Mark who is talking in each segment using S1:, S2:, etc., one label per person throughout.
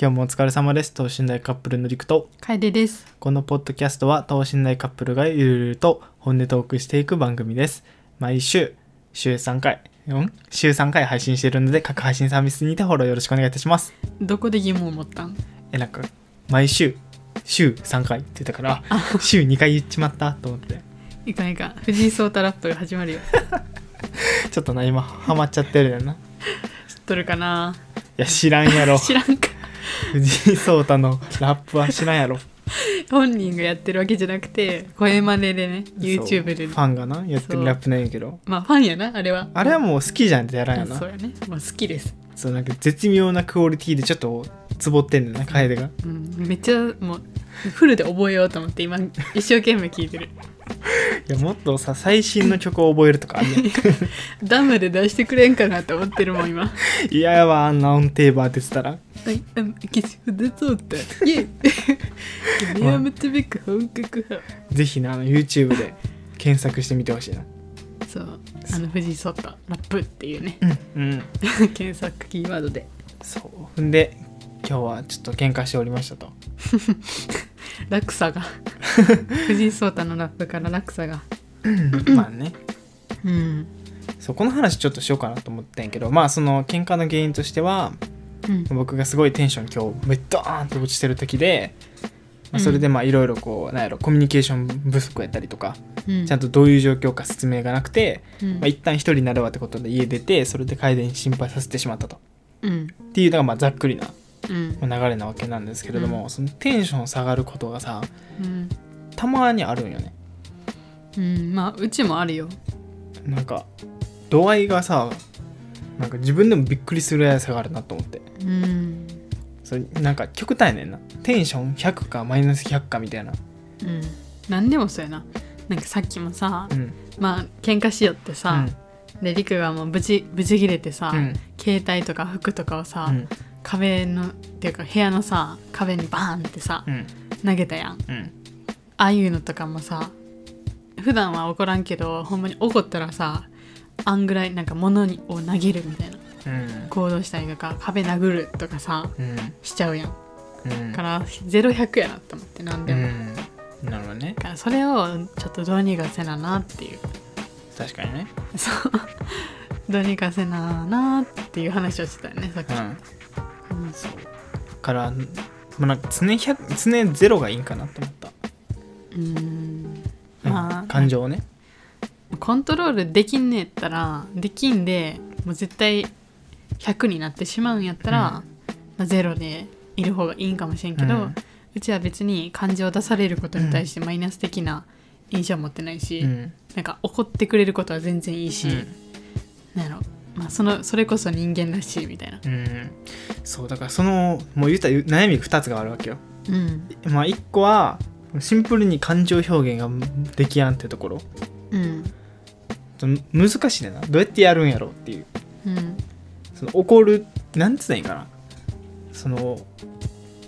S1: 今日もお疲れ様です等身大カップルのりくと
S2: 楓です。
S1: このポッドキャストは等身大カップルがゆるゆると本音トークしていく番組です毎週週3回ん週3回配信しているので各配信サービスにてフォローよろしくお願いいたします
S2: どこで疑問を持ったん
S1: えなんか毎週週3回って言ったから週2回言っちまったと思って
S2: いかんいかん。藤井聡太ラップが始まるよ。
S1: ちょっとな今ハマっちゃってる よない
S2: 知っとるかな
S1: や知らんやろ
S2: 知らんか。
S1: 藤井聡太のラップは知らんやろ
S2: 本人がやってるわけじゃなくて、声真似でね、
S1: そう
S2: YouTube で
S1: フ
S2: ね。
S1: ァンがなやってるラップなんやけど
S2: まあファンやな、あれは。
S1: あれはもう好きじゃんってやらんやな
S2: そうやね。まあ好きです。
S1: そうなんか絶妙なクオリティでちょっとつぼってんねんな楓が
S2: うん、めっちゃもう、フルで覚えようと思って今、一生懸命聴いてる。
S1: いやもっとさ最新の曲を覚えるとかあん ねん
S2: ダムで出してくれんかなと思ってるもん、今。
S1: 嫌やわあんなオンテーバーって言ってたら
S2: はい、あの、キスフでそうだ。イェイ君は結べく本格派。
S1: ぜひなあの YouTube で検索してみてほしいな
S2: そう、あの藤井聡太ラップっていうね、
S1: うんうん
S2: 検索キーワードで
S1: そうほんで今日はちょっと喧嘩しておりましたと
S2: 落 差が藤井聡太のラップから落差が
S1: まあね
S2: うん
S1: そうこの話ちょっとしようかなと思ってんやけどまあその喧嘩の原因としては
S2: うん
S1: 僕がすごいテンション今日めっドーンと落ちてる時で、まあ、それでまあいろいろこうなんやろコミュニケーション不足やったりとか
S2: うん
S1: ちゃんとどういう状況か説明がなくて、
S2: うん
S1: まあ、一旦一人になるわってことで家出てそれで楓に心配させてしまったと
S2: うん
S1: っていうのがまあざっくりな
S2: うん
S1: まあ流れなわけなんですけれども、そのテンション下がることがさ
S2: うん
S1: たまにあるんよね
S2: うんまあうちもあるよ
S1: なんか度合いがさなんか自分でもびっくりするぐらい下がるなと思って
S2: うん
S1: それなんか極端やねんなテンション100かマイナス100かみたいな
S2: うん何でもそうやななんかさっきもさ、
S1: うん
S2: まあ喧嘩しよってさ、でりくがもうぶちぶち切れてさ、
S1: うん
S2: 携帯とか服とかをさ、
S1: うん
S2: 壁のっていうか部屋のさ壁にバーンってさ、
S1: うん
S2: 投げたやん
S1: うん
S2: ああいうのとかもさ普段は怒らんけどほんまに怒ったらさあんぐらいなんか物にを投げるみたいな
S1: うん
S2: 行動したりとか壁殴るとかさ
S1: うん
S2: しちゃうやん
S1: うん
S2: から0100やなと思ってなんで
S1: う
S2: も、
S1: んなるほどね
S2: だからそれをちょっとどうにかせななっていう
S1: 確かにね
S2: そうどうにかせななっていう話をしてたよねさっき、
S1: うん
S2: うん
S1: そうから、まあ、なんか常100常ゼロがいいんかなと思った、
S2: うん
S1: うん
S2: まあ
S1: 感情をね
S2: コントロールできんねえったらできんでもう絶対100になってしまうんやったら、
S1: うん
S2: まあ、ゼロでいる方がいいんかもしれんけど、
S1: う
S2: うんちは別に感情を出されることに対してマイナス的な印象を持ってないし、
S1: うん
S2: なんか怒ってくれることは全然いいし、なんやろ、まあ、そのそれこそ人間らしいみたいな。
S1: うん、うんそうだからそのもう言ったら悩み2つがあるわけよ
S2: うん
S1: まあ1個はシンプルに感情表現ができやんってところ
S2: うん
S1: その難しいねんなどうやってやるんやろうっていう
S2: うん
S1: その怒るなんつったらいいんかなその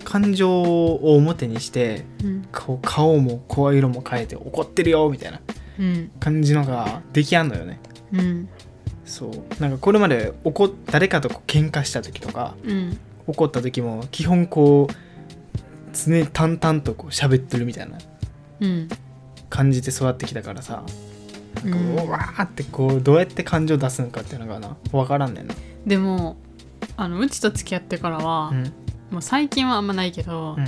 S1: 感情を表にして
S2: うん
S1: こう顔も声色も変えて怒ってるよみたいな
S2: うん
S1: 感じのができやんのよね
S2: うん
S1: そうなんかこれまで怒っ誰かとこう喧嘩した時とか
S2: うん
S1: 怒った時も基本こう常に淡々とこう喋ってるみたいな
S2: うん
S1: 感じで育ってきたからさなんか
S2: うん
S1: うわーってこうどうやって感情出すのかっていうのがな分からんねんな。
S2: でもあのうちと付き合ってからは、
S1: うん
S2: もう最近はあんまないけど、
S1: うん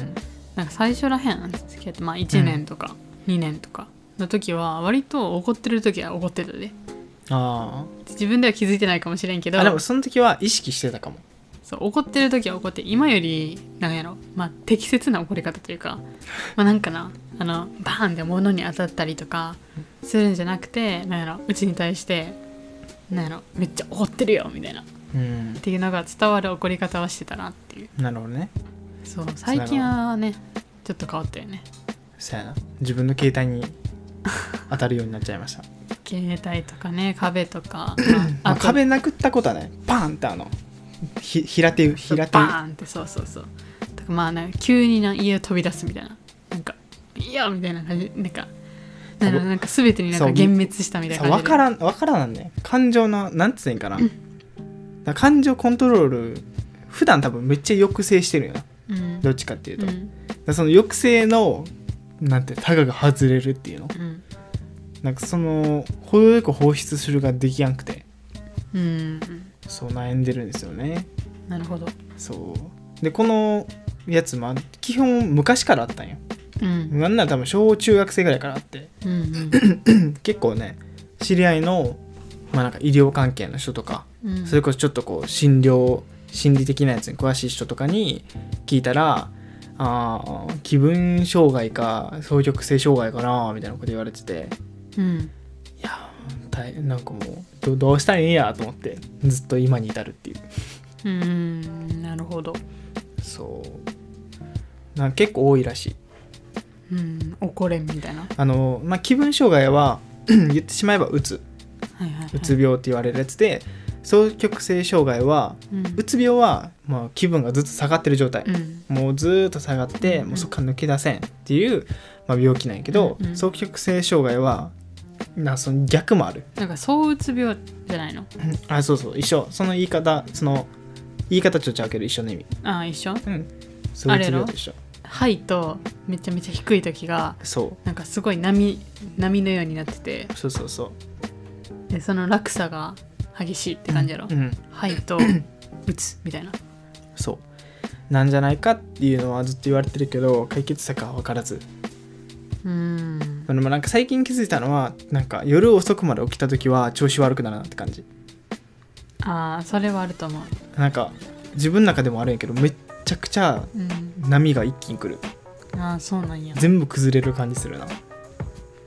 S2: なんか最初らへん付き合って、まあ、1年とか2年とかの時は割と怒ってる時は怒ってたで
S1: あ
S2: 自分では気づいてないかもしれんけ
S1: ー
S2: ど
S1: あでもその時は意識してたかも。
S2: そう怒ってる時は怒って今よりなんやろ、まあ、適切な怒り方とい うか、まあ、なんかなあのバーンで物に当たったりとかするんじゃなくてなんやろうちに対してなんやろめっちゃ怒ってるよみたいなっ
S1: うん、
S2: ていうのが伝わる怒り方はしてたなっていう
S1: なるほどね。
S2: そう最近はねちょっと変わったよね
S1: そやな自分の携帯に当たるようになっちゃいました。
S2: 携帯とかね壁 とか
S1: まあ
S2: と
S1: 壁殴ったことはねパーンってあのひ平手
S2: そう
S1: 平手
S2: バーンってそうそうそうとかまあなんか急にな家を飛び出すみたいななんか「いや!」みたいな感じなんか
S1: そう
S2: なんかなんか全てになんか
S1: そう
S2: 幻滅したみたいな
S1: さ分
S2: 感じで
S1: からん分からんなんね感情のなんつうんかな、だから感情コントロール普段多分めっちゃ抑制してるよなどっちかっていうと、
S2: う
S1: だか
S2: ん
S1: らその抑制のなんてタガが外れるっていうの
S2: うん
S1: なんかその程よく放出するができやんくて
S2: うん
S1: そう悩んでるんですよね
S2: なるほど
S1: そうでこのやつも基本昔からあったんよ
S2: うん
S1: なんなら多分小中学生ぐらいからあって
S2: うんうん
S1: 結構ね知り合いのまあなんか医療関係の人とか
S2: うん
S1: それこそちょっとこう診療心理的なやつに詳しい人とかに聞いたらあー気分障害か双極性障害かなみたいなこと言われてて
S2: うん
S1: いやー大なんかもうどどうしたらいいんやと思ってずっと今に至るっていう
S2: うんなるほど
S1: そうなんか結構多いらしい
S2: うん怒れんみたいな
S1: あの、まあ、気分障害は 言ってしまえばうつ
S2: はいはいはいう
S1: つ病って言われるやつで双極性障害は
S2: うん
S1: うつ病は、まあ、気分がずっと下がってる状態、
S2: うん
S1: もうずーっと下がって、
S2: うん
S1: もうそこから抜け出せんっていう、まあ、病気なんやけど、
S2: うんうん
S1: 双極性障害はなその逆もある、
S2: なんか躁うつ病じゃないの
S1: あそうそう一緒その言い方その言い方ちょっとちゃうけど一緒の意味
S2: ああ一緒
S1: うんそう
S2: あ
S1: う
S2: れ
S1: つ
S2: やろ
S1: 病と一緒
S2: ハイとめちゃめちゃ低い時が
S1: そ
S2: なんかすごい波波のようになってて
S1: うそうそうそう
S2: でその落差が激しいって感じやろ、
S1: うん
S2: ハイ とうつみたいな
S1: そうなんじゃないかっていうのはずっと言われてるけど解決策は分からず
S2: うん
S1: でもなんか最近気づいたのはなんか夜遅くまで起きた時は調子悪くなるなって感じ
S2: ああそれはあると思う、
S1: なんか自分の中でもあるんやけどめっちゃくちゃ
S2: うん、
S1: 波が一気に来る
S2: ああそうなんや
S1: 全部崩れる感じするな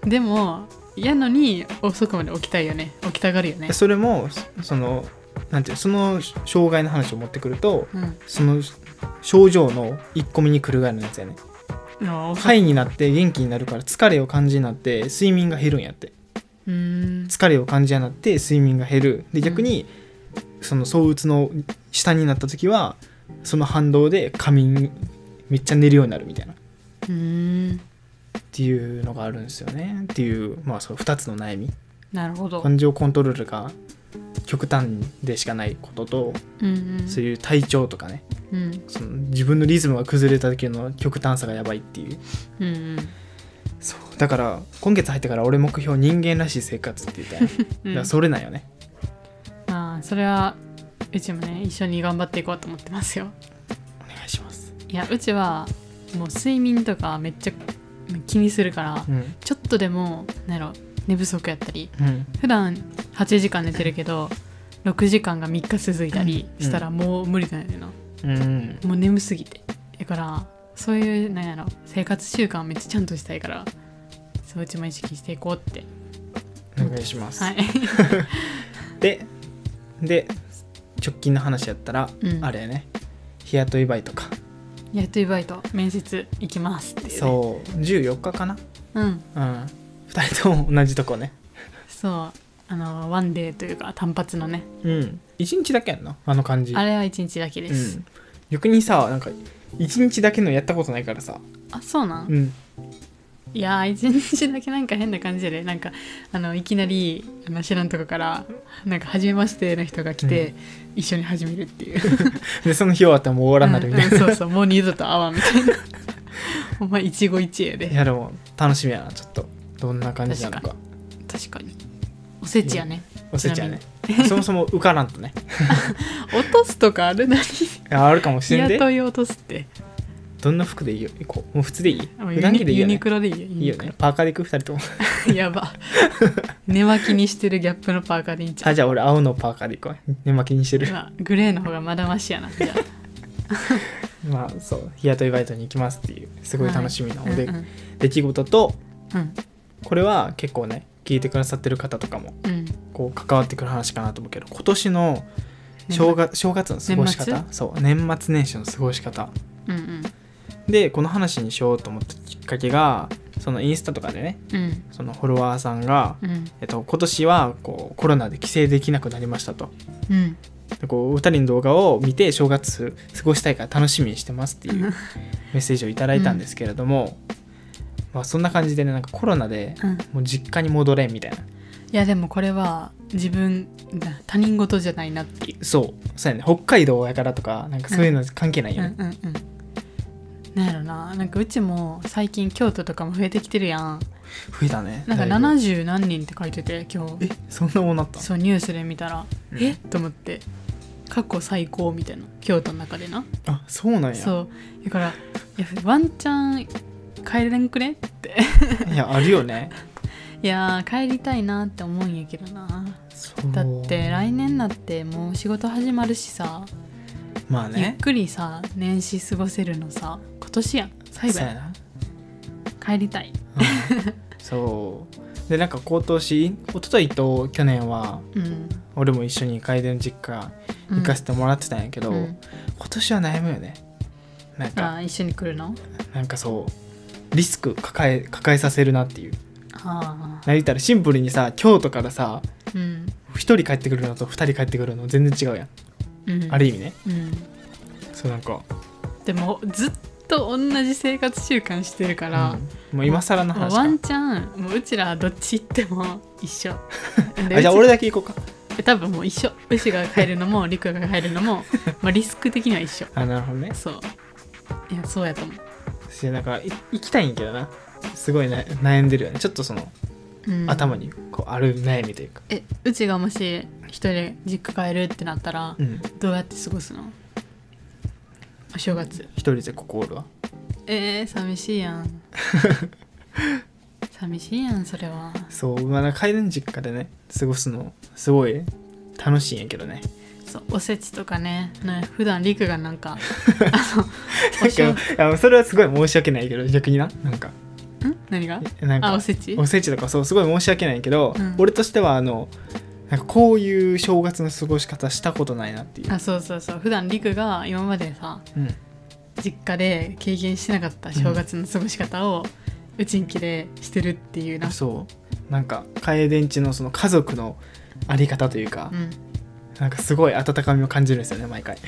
S2: でも嫌のに遅くまで起きたいよね起きたがるよね
S1: それもそそのなんていうその障害の話を持ってくると
S2: うん
S1: その症状の1個目に来るぐらいのやつやね
S2: ああ
S1: 肺になって元気になるから疲れを感じになって睡眠が減るんやって
S2: うーん
S1: 疲れを感じやなって睡眠が減るで
S2: ん
S1: 逆にその躁鬱の下になった時はその反動で仮眠めっちゃ寝るようになるみたいなっ
S2: うーん
S1: ていうのがあるんですよねっていうまあその2つの悩み
S2: なるほど
S1: 感情コントロールが極端でしかないことと
S2: うんうん
S1: そういう体調とかね
S2: うん
S1: その自分のリズムが崩れた時の極端さがやばいっていう
S2: うんうん
S1: そうだから今月入ってから俺目標人間らしい生活って言ったよ ね
S2: う
S1: だ
S2: ん
S1: からそれなんよね
S2: まあそれはうちもね一緒に頑張っていこうと思ってますよ
S1: お願いします
S2: いやうちはもう睡眠とかめっちゃ気にするから、
S1: うん
S2: ちょっとでもなんやろ寝不足やったり
S1: うん
S2: 普段8時間寝てるけど6時間が3日続いたりしたらもう無理だよねな、
S1: うん
S2: もう眠すぎてだからそういうなんやろ生活習慣をめっちゃちゃんとしたいからそううちも意識していこうって
S1: お願いします、
S2: はい
S1: でで直近の話やったら、
S2: うん
S1: あれやね日雇いバイトか、
S2: 雇いバイト面接行きますっていう、ね、
S1: そう14日かな
S2: うん
S1: うん2人とも同じとこね
S2: そうあのワンデーというか単発のね
S1: うん1日だけやんなあの感じ
S2: あれは1日だけ
S1: う
S2: です、
S1: ん逆にさなんか1日だけのやったことないからさ
S2: あそうなん、
S1: うん
S2: いやー一日だけなんか変な感じでなんかあのいきなりあの知らんとこからなんか初めましての人が来て、一緒に始めるっていう
S1: でその日終わったらもう終わらんなるみたいな、
S2: うんうんそうそうもう二度と会わんみたいな お前一期一会
S1: い
S2: で
S1: やでも楽しみやなちょっとどんな感じなのか
S2: 確かにおせちやね
S1: おせちやねそもそも受からんとね
S2: 落とすとかあるなに
S1: いやあるかもし
S2: 日
S1: れんで
S2: 雇い落とすって
S1: どんな服でいいよ行こうもう靴でいい
S2: あもう
S1: 普段着でいい
S2: ユ
S1: よ
S2: ニ
S1: ね
S2: クロでいいよユ
S1: いい
S2: ニ
S1: よ
S2: クロ
S1: ねパーカーで行く2人とも
S2: やば寝巻きにしてるギャップのパーカーでいいんちゃ
S1: あじゃあ俺青のパーカーで行こう寝巻きにして
S2: う
S1: る
S2: まあグレーの方がまだましやなじゃあ
S1: まあそう日雇いバイトに行きますっていうすごい楽しみな
S2: うん
S1: おで
S2: うん
S1: 出来事と
S2: うん
S1: これは結構ね聞いてくださってる方とかも
S2: うん
S1: こう関わってくる話かなと思うけど今年の正月正月の過ごし
S2: 年
S1: 方そう年末年始の過ごし方
S2: うんうん
S1: でこの話にしようと思ったきっかけがそのインスタとかでね
S2: うん
S1: そのフォロワーさんが、
S2: うん
S1: えっと、今年はこうコロナで帰省できなくなりましたと
S2: うん
S1: でこうお二人の動画を見て正月過ごしたいから楽しみにしてますっていうメッセージをいただいたんですけれども、まあ、そんな感じでねなんかコロナで
S2: うん
S1: もう実家に戻れんみたいない
S2: やでもこれは自分だ他人事じゃないなっていう
S1: そうそうやね北海道やからとかなんかそういうの関係ないよ
S2: うん
S1: ね、
S2: うんうんなんやろななんかうちも最近京都とかも増えてきてるやん
S1: 増えたね
S2: なんか
S1: だいぶ
S2: 70何人って書いてて今日
S1: えそんなもんなった
S2: そうニュースで見たら、
S1: うん
S2: えっと思って過去最高みたいな京都の中でな
S1: あそうなんや
S2: そうだからいやワンチャン帰れんくれって
S1: いやあるよね
S2: いやー帰りたいなって思うんやけどな
S1: そう
S2: だって来年になってもう仕事始まるしさ、
S1: まあ
S2: ゆっ
S1: ね
S2: くりさ年始過ごせるのさ今年やん最後
S1: そうや
S2: やん
S1: な
S2: 帰りたい
S1: そうでなんか今年一昨日と去年は
S2: うん
S1: 俺も一緒に楓の実家行かせてもらってたんやけど、
S2: うん
S1: 今年は悩むよねなん
S2: あ
S1: か
S2: ー一緒に来るの
S1: なんかそうリスク抱え抱えさせるなっていう
S2: ああ
S1: なりたらシンプルにさ京都からさ
S2: うん
S1: 1人帰ってくるのと2人帰ってくるの全然違うやん、
S2: うん
S1: ある意味ね
S2: うん
S1: そうなんか、
S2: でもずっと同じ生活習慣してるから、
S1: うんもう今更の
S2: もう
S1: 話
S2: ワン
S1: か
S2: チャンもううちらどっち行っても一 緒で
S1: あじゃあ
S2: うち
S1: 俺だけ行こうか
S2: 多分もう一緒うちが帰るのもリクが帰るのも、まあ、リスク的には一緒
S1: あなるほどね
S2: そういやそうやと思う、
S1: 私なんかい行きたいんやけどなすごいな悩んでるよねちょっとその、
S2: うん
S1: 頭にこうある悩みというか、
S2: えうちがもし一人で実家帰るってなったら、
S1: うん、
S2: どうやって過ごすのお正月
S1: 一人でここおるわ
S2: えー、寂しいや ん寂しいやんそれは
S1: そうまあなんか帰る実家でね過ごすのすごい楽しいんやけどね
S2: そうおせちとかねね普段リクがなん か
S1: なんか
S2: あのお正
S1: いやそれはすごい申し訳ないけど逆にななんか
S2: ん何が
S1: えなんか
S2: あおせち
S1: おせちとかそうすごい申し訳ないけど、
S2: うん
S1: 俺としてはあのなんかこういう正月の過ごし方したことないなっていう、
S2: あそうそうそう普段リクが今までさ
S1: うん、
S2: 実家で経験してなかった正月の過ごし方を、うちんきでしてるっていうな
S1: そうなんか楓んちのその家族のあり方というか、
S2: うん
S1: なんかすごい温かみを感じるんですよね毎回、
S2: そ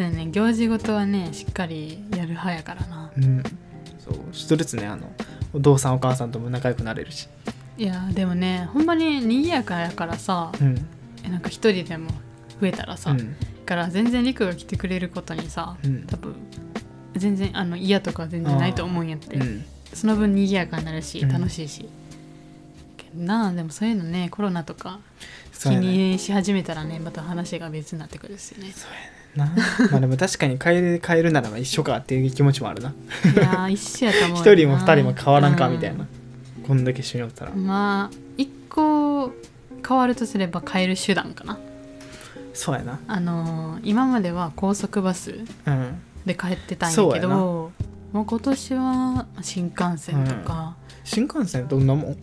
S2: うやね行事ごとはねしっかりやる派やからな
S1: うん、そうちょっとずつねあのお父さんお母さんとも仲良くなれるし、
S2: いやーでもねほんまに賑やかやからさ
S1: うん
S2: えなんか一人でも増えたらさ、
S1: う
S2: だ
S1: ん、
S2: から全然リクが来てくれることにさ、
S1: うん
S2: 多分全然あの嫌とかは全然ないと思うんやって、
S1: うん
S2: その分賑やかになるし
S1: うん
S2: 楽しいし、けどなあでもそういうのねコロナとか気
S1: そうやね
S2: にし始めたらねまた話が別になってくるですよね
S1: なまあでも確かに帰る帰るならば一緒かっていう気持ちもあるない
S2: やー一緒やと思う
S1: 一
S2: よな
S1: 人も二人も変わらんかみたいな、こんだけ一緒におったら、
S2: うんまあ一個変わるとすれば変える手段かな
S1: そうやな
S2: あのー今までは高速バス
S1: うん
S2: で帰ってたん
S1: そ
S2: や
S1: う
S2: け
S1: やな
S2: どもう今年は新幹線とか、
S1: 新幹線どんなもん、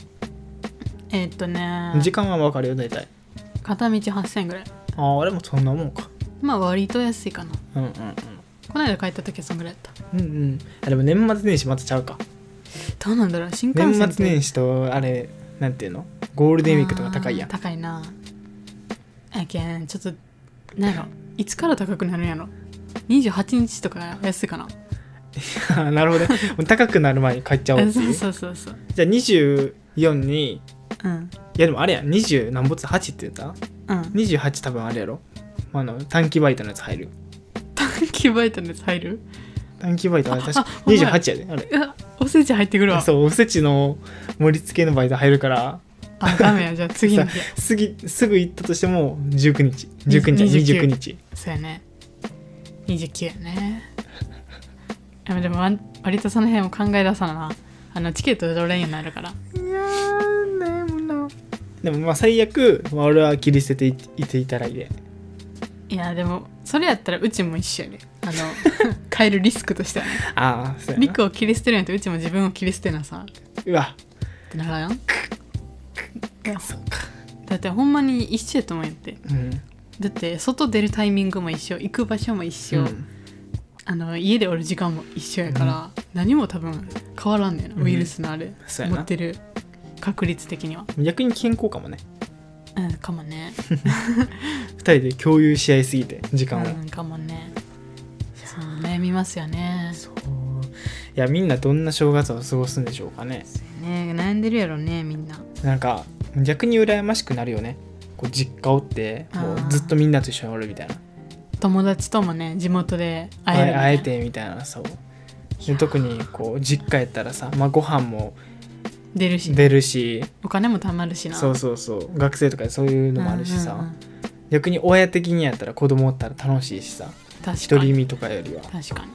S2: えーっとね
S1: 時間はわかるよ大体
S2: 片道8000円ぐらい
S1: ああ俺もそんなもんか
S2: まあ割と安いかな
S1: うんうん
S2: この間帰った時はそんぐらいだった
S1: うんうんうんあでも年末年始またちゃうか
S2: どうなんだろう新幹線
S1: 年
S2: って
S1: 末年始とあれなんていうのゴールデンウィークとか高いやん
S2: あー高いなやけんちょっとなんやろいつから高くなるんやろ28日とか安いかな
S1: なるほどねもう高くなる前に帰っちゃおうってい
S2: そううそうそうそう
S1: じゃあ24に
S2: うん
S1: いやでもあれやん20何ぼつ8って言った
S2: うん
S1: 28多分あれやろあの短期バイトのやつ入る
S2: 短期バイトのやつ入る
S1: 短期バイトあれ確か
S2: あほんまや
S1: 28やであれ
S2: うわおせち入ってくるわ
S1: そうおせちの盛り付けのバイト入るから
S2: あダメやじゃあ次の日や
S1: すぎすぐ行ったとしても19日19日
S2: 29
S1: 29日
S2: そうやね29やねいやでもわん割とその辺を考え出さななあのチケット取れんようになるから
S1: いやー悩むなでもまあ最悪、まあ、俺は切り捨てていいていただいて
S2: いやでもそれやったらうちも一緒やねあ の変えるリスクとしてはね
S1: ああそうや
S2: リ
S1: な
S2: クを切り捨てるんやったらうちも自分を切り捨てなさ
S1: うわ
S2: ってならん
S1: そうか
S2: だってほんまに一緒やと思うんやって
S1: うん、
S2: だって外出るタイミングも一緒行く場所も一緒、あの家でおる時間も一緒やから、何も多分変わらんねんな、
S1: うん
S2: ウイルスのあれ
S1: そうや
S2: 持
S1: な
S2: ってる確率的には
S1: うん、逆に健康かもね
S2: うんかもね
S1: 2人で共有し合いすぎて時間を、
S2: うんかもねそう悩みますよね
S1: そういやみんなどんな正月を過ごすんでしょうかね
S2: ね悩んでるやろねみんな
S1: なんか逆に羨ましくなるよねこう実家おってもうずっとみんなと一緒におるみたいな
S2: 友達ともね地元で会える、ね、
S1: 会えてみたいなそうで特にこう実家やったらさ、まあ、ご飯も
S2: 出るし
S1: 出るし
S2: お金も貯まるしな
S1: そうそうそう学生とかでそういうのもあるしさ、
S2: うんうんうん
S1: 逆に親的にやったら子供おったら楽しいしさ
S2: 確か
S1: 独り
S2: に
S1: 身とかよりは
S2: 確かに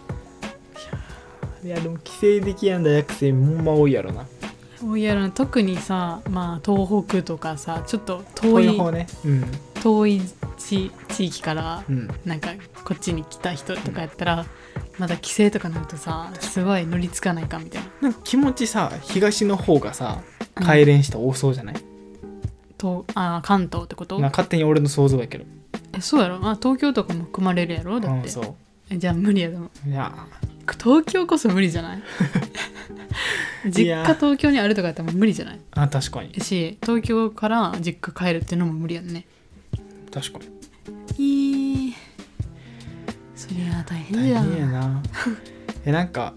S1: いやでも帰省できやんだ学生もんま多いやろな
S2: 多いやろな特にさまあ東北とかさちょっと
S1: こ
S2: 遠
S1: う
S2: い
S1: いう方ねうん
S2: 遠い地地域から
S1: うん
S2: なんかこっちに来た人とかやったら、まだ帰省とかになるとさすごい乗りつかないかみたいな
S1: なんか気持ちさ東の方がさ帰れん人多そうじゃない、
S2: とあー関東ってこと
S1: なんか勝手に俺の想像やけど
S2: えそうやろあ東京とかも含まれるやろだっ
S1: う
S2: て
S1: ん、そ
S2: えじゃあ無理やでも
S1: ういや
S2: 東京こそ無理じゃない実
S1: い
S2: 家
S1: や
S2: 東京にあるとかやったらもう無理じゃない
S1: あ確かに
S2: し東京から実家帰るっていうのも無理やんね
S1: 確かに
S2: いいそりゃ大変
S1: 大
S2: じゃん
S1: 変や なえなんか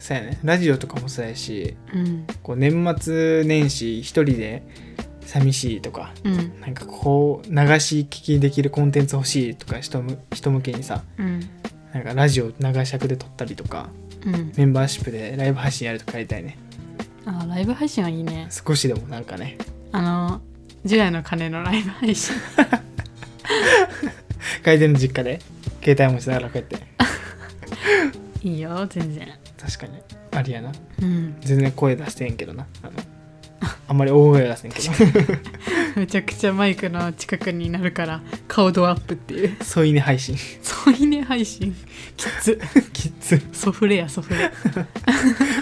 S1: そうやねラジオとかもそうやし
S2: うん
S1: こう年末年始一人で寂しいとか
S2: うん
S1: なんかこう流し聞きできるコンテンツ欲しいとか人む人向けにさ
S2: うん
S1: なんかラジオ流し役で撮ったりとか
S2: うん
S1: メンバーシップでライブ配信やるとかやりたいね
S2: あライブ配信はいいね
S1: 少しでもなんかね
S2: あのジュラの鐘のライブ配信
S1: 回転の実家で携帯持ちながらこうやって
S2: いいよ全然
S1: 確かにありやな
S2: うん
S1: 全然声出してんけどなあのあんまり大声出せんけど
S2: めちゃくちゃマイクの近くになるから顔ドアップっていう
S1: 添い寝配信
S2: 添い寝配信きつ
S1: キッズ
S2: ソフレやソフレ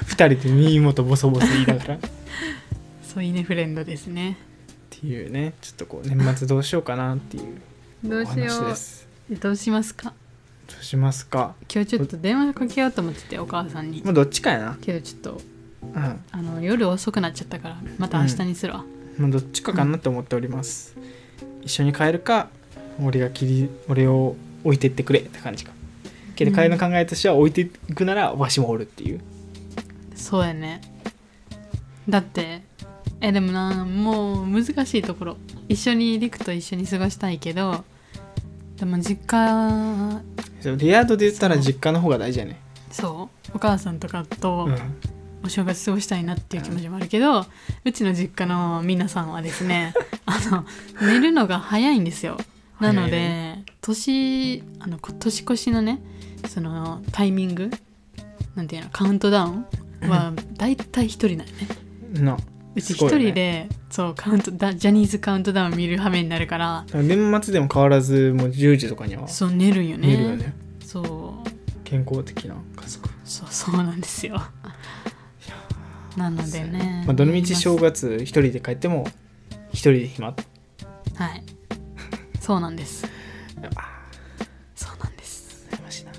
S1: 二人で耳元ボソボソ言いながらっ
S2: 添い寝フレンドですね
S1: ていうねちょっとこう年末どうしようかなっていう
S2: ど
S1: お
S2: うしよ
S1: 話で
S2: う
S1: す
S2: どうしますか
S1: どうしますか
S2: 今日ちょっと電話かけようと思っててお母さんに
S1: まあどっちかやな
S2: けどちょっと
S1: うん
S2: あの夜遅くなっちゃったからまた明日にするわ、
S1: まあ、どっちかかなと思っております、一緒に帰るか俺が切り俺を置いてってくれって感じかけど
S2: うん
S1: 彼の考えとしては置いていくならわしもおるっていう
S2: そうやねだってえでもなもう難しいところ一緒に陸と一緒に過ごしたいけどでも実家
S1: そうレア度で言ったら
S2: そう
S1: 実家の方が大事やね
S2: そうお母さんとか
S1: う
S2: と
S1: ん
S2: お正月過ごしたいなっていう気持ちもあるけど、うちの実家の皆さんはで すねあの寝るのが早いんですよなので、
S1: 早い
S2: 年あのこ年越しのねそのタイミングなんていうのカウントダウンは大体一人なんよね
S1: な
S2: うち
S1: す
S2: 一
S1: ごいよね
S2: 人で、そうカウントダジャニーズカウントダウン見る羽目になるから
S1: 年末でも変わらずもう10時とかには
S2: そう寝るんよね
S1: 見えるよね
S2: そう
S1: 健康的な家族
S2: そうそうなんですよなのでね、
S1: まあ、どのみち
S2: 見ます
S1: 正月一人で帰っても一人で暇
S2: はい。そうなんです。
S1: あ
S2: そうなんです。
S1: ー羨ましいな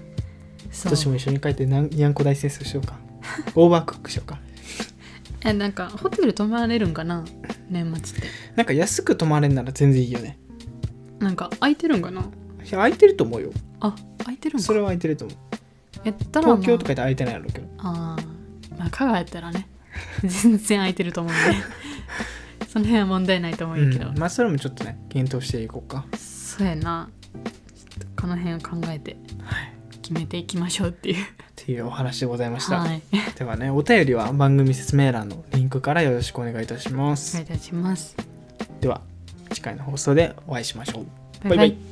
S1: 今
S2: そう
S1: 年も一緒に帰ってなんにゃんこ大戦争し ようかオーバークックしようか
S2: えなんかホテル泊まれるんかな年末って。
S1: なんか安く泊まれんなら全然いいよね
S2: なんか空いてるんかない
S1: や空いてると思うよ
S2: あ空いてるん
S1: そ
S2: か
S1: れは空いてると思う
S2: やったら、まあ、
S1: 東京とかやったら空いてないやろうけど
S2: ああまあ香川やったらね 全然空いてると思うんで その辺は問題ないと思うけど、
S1: うんまあそれもちょっとね検討していこうか
S2: そうやなちょっとこの辺を考えて決めていきましょうっていう
S1: っていうお話でございました、
S2: はい
S1: ではねお便りは番組説明欄のリンクからよろしくお願いいたしま
S2: お
S1: す、
S2: 願いいたします
S1: では次回の放送でお会いしましょう
S2: バイバイ
S1: バイバイ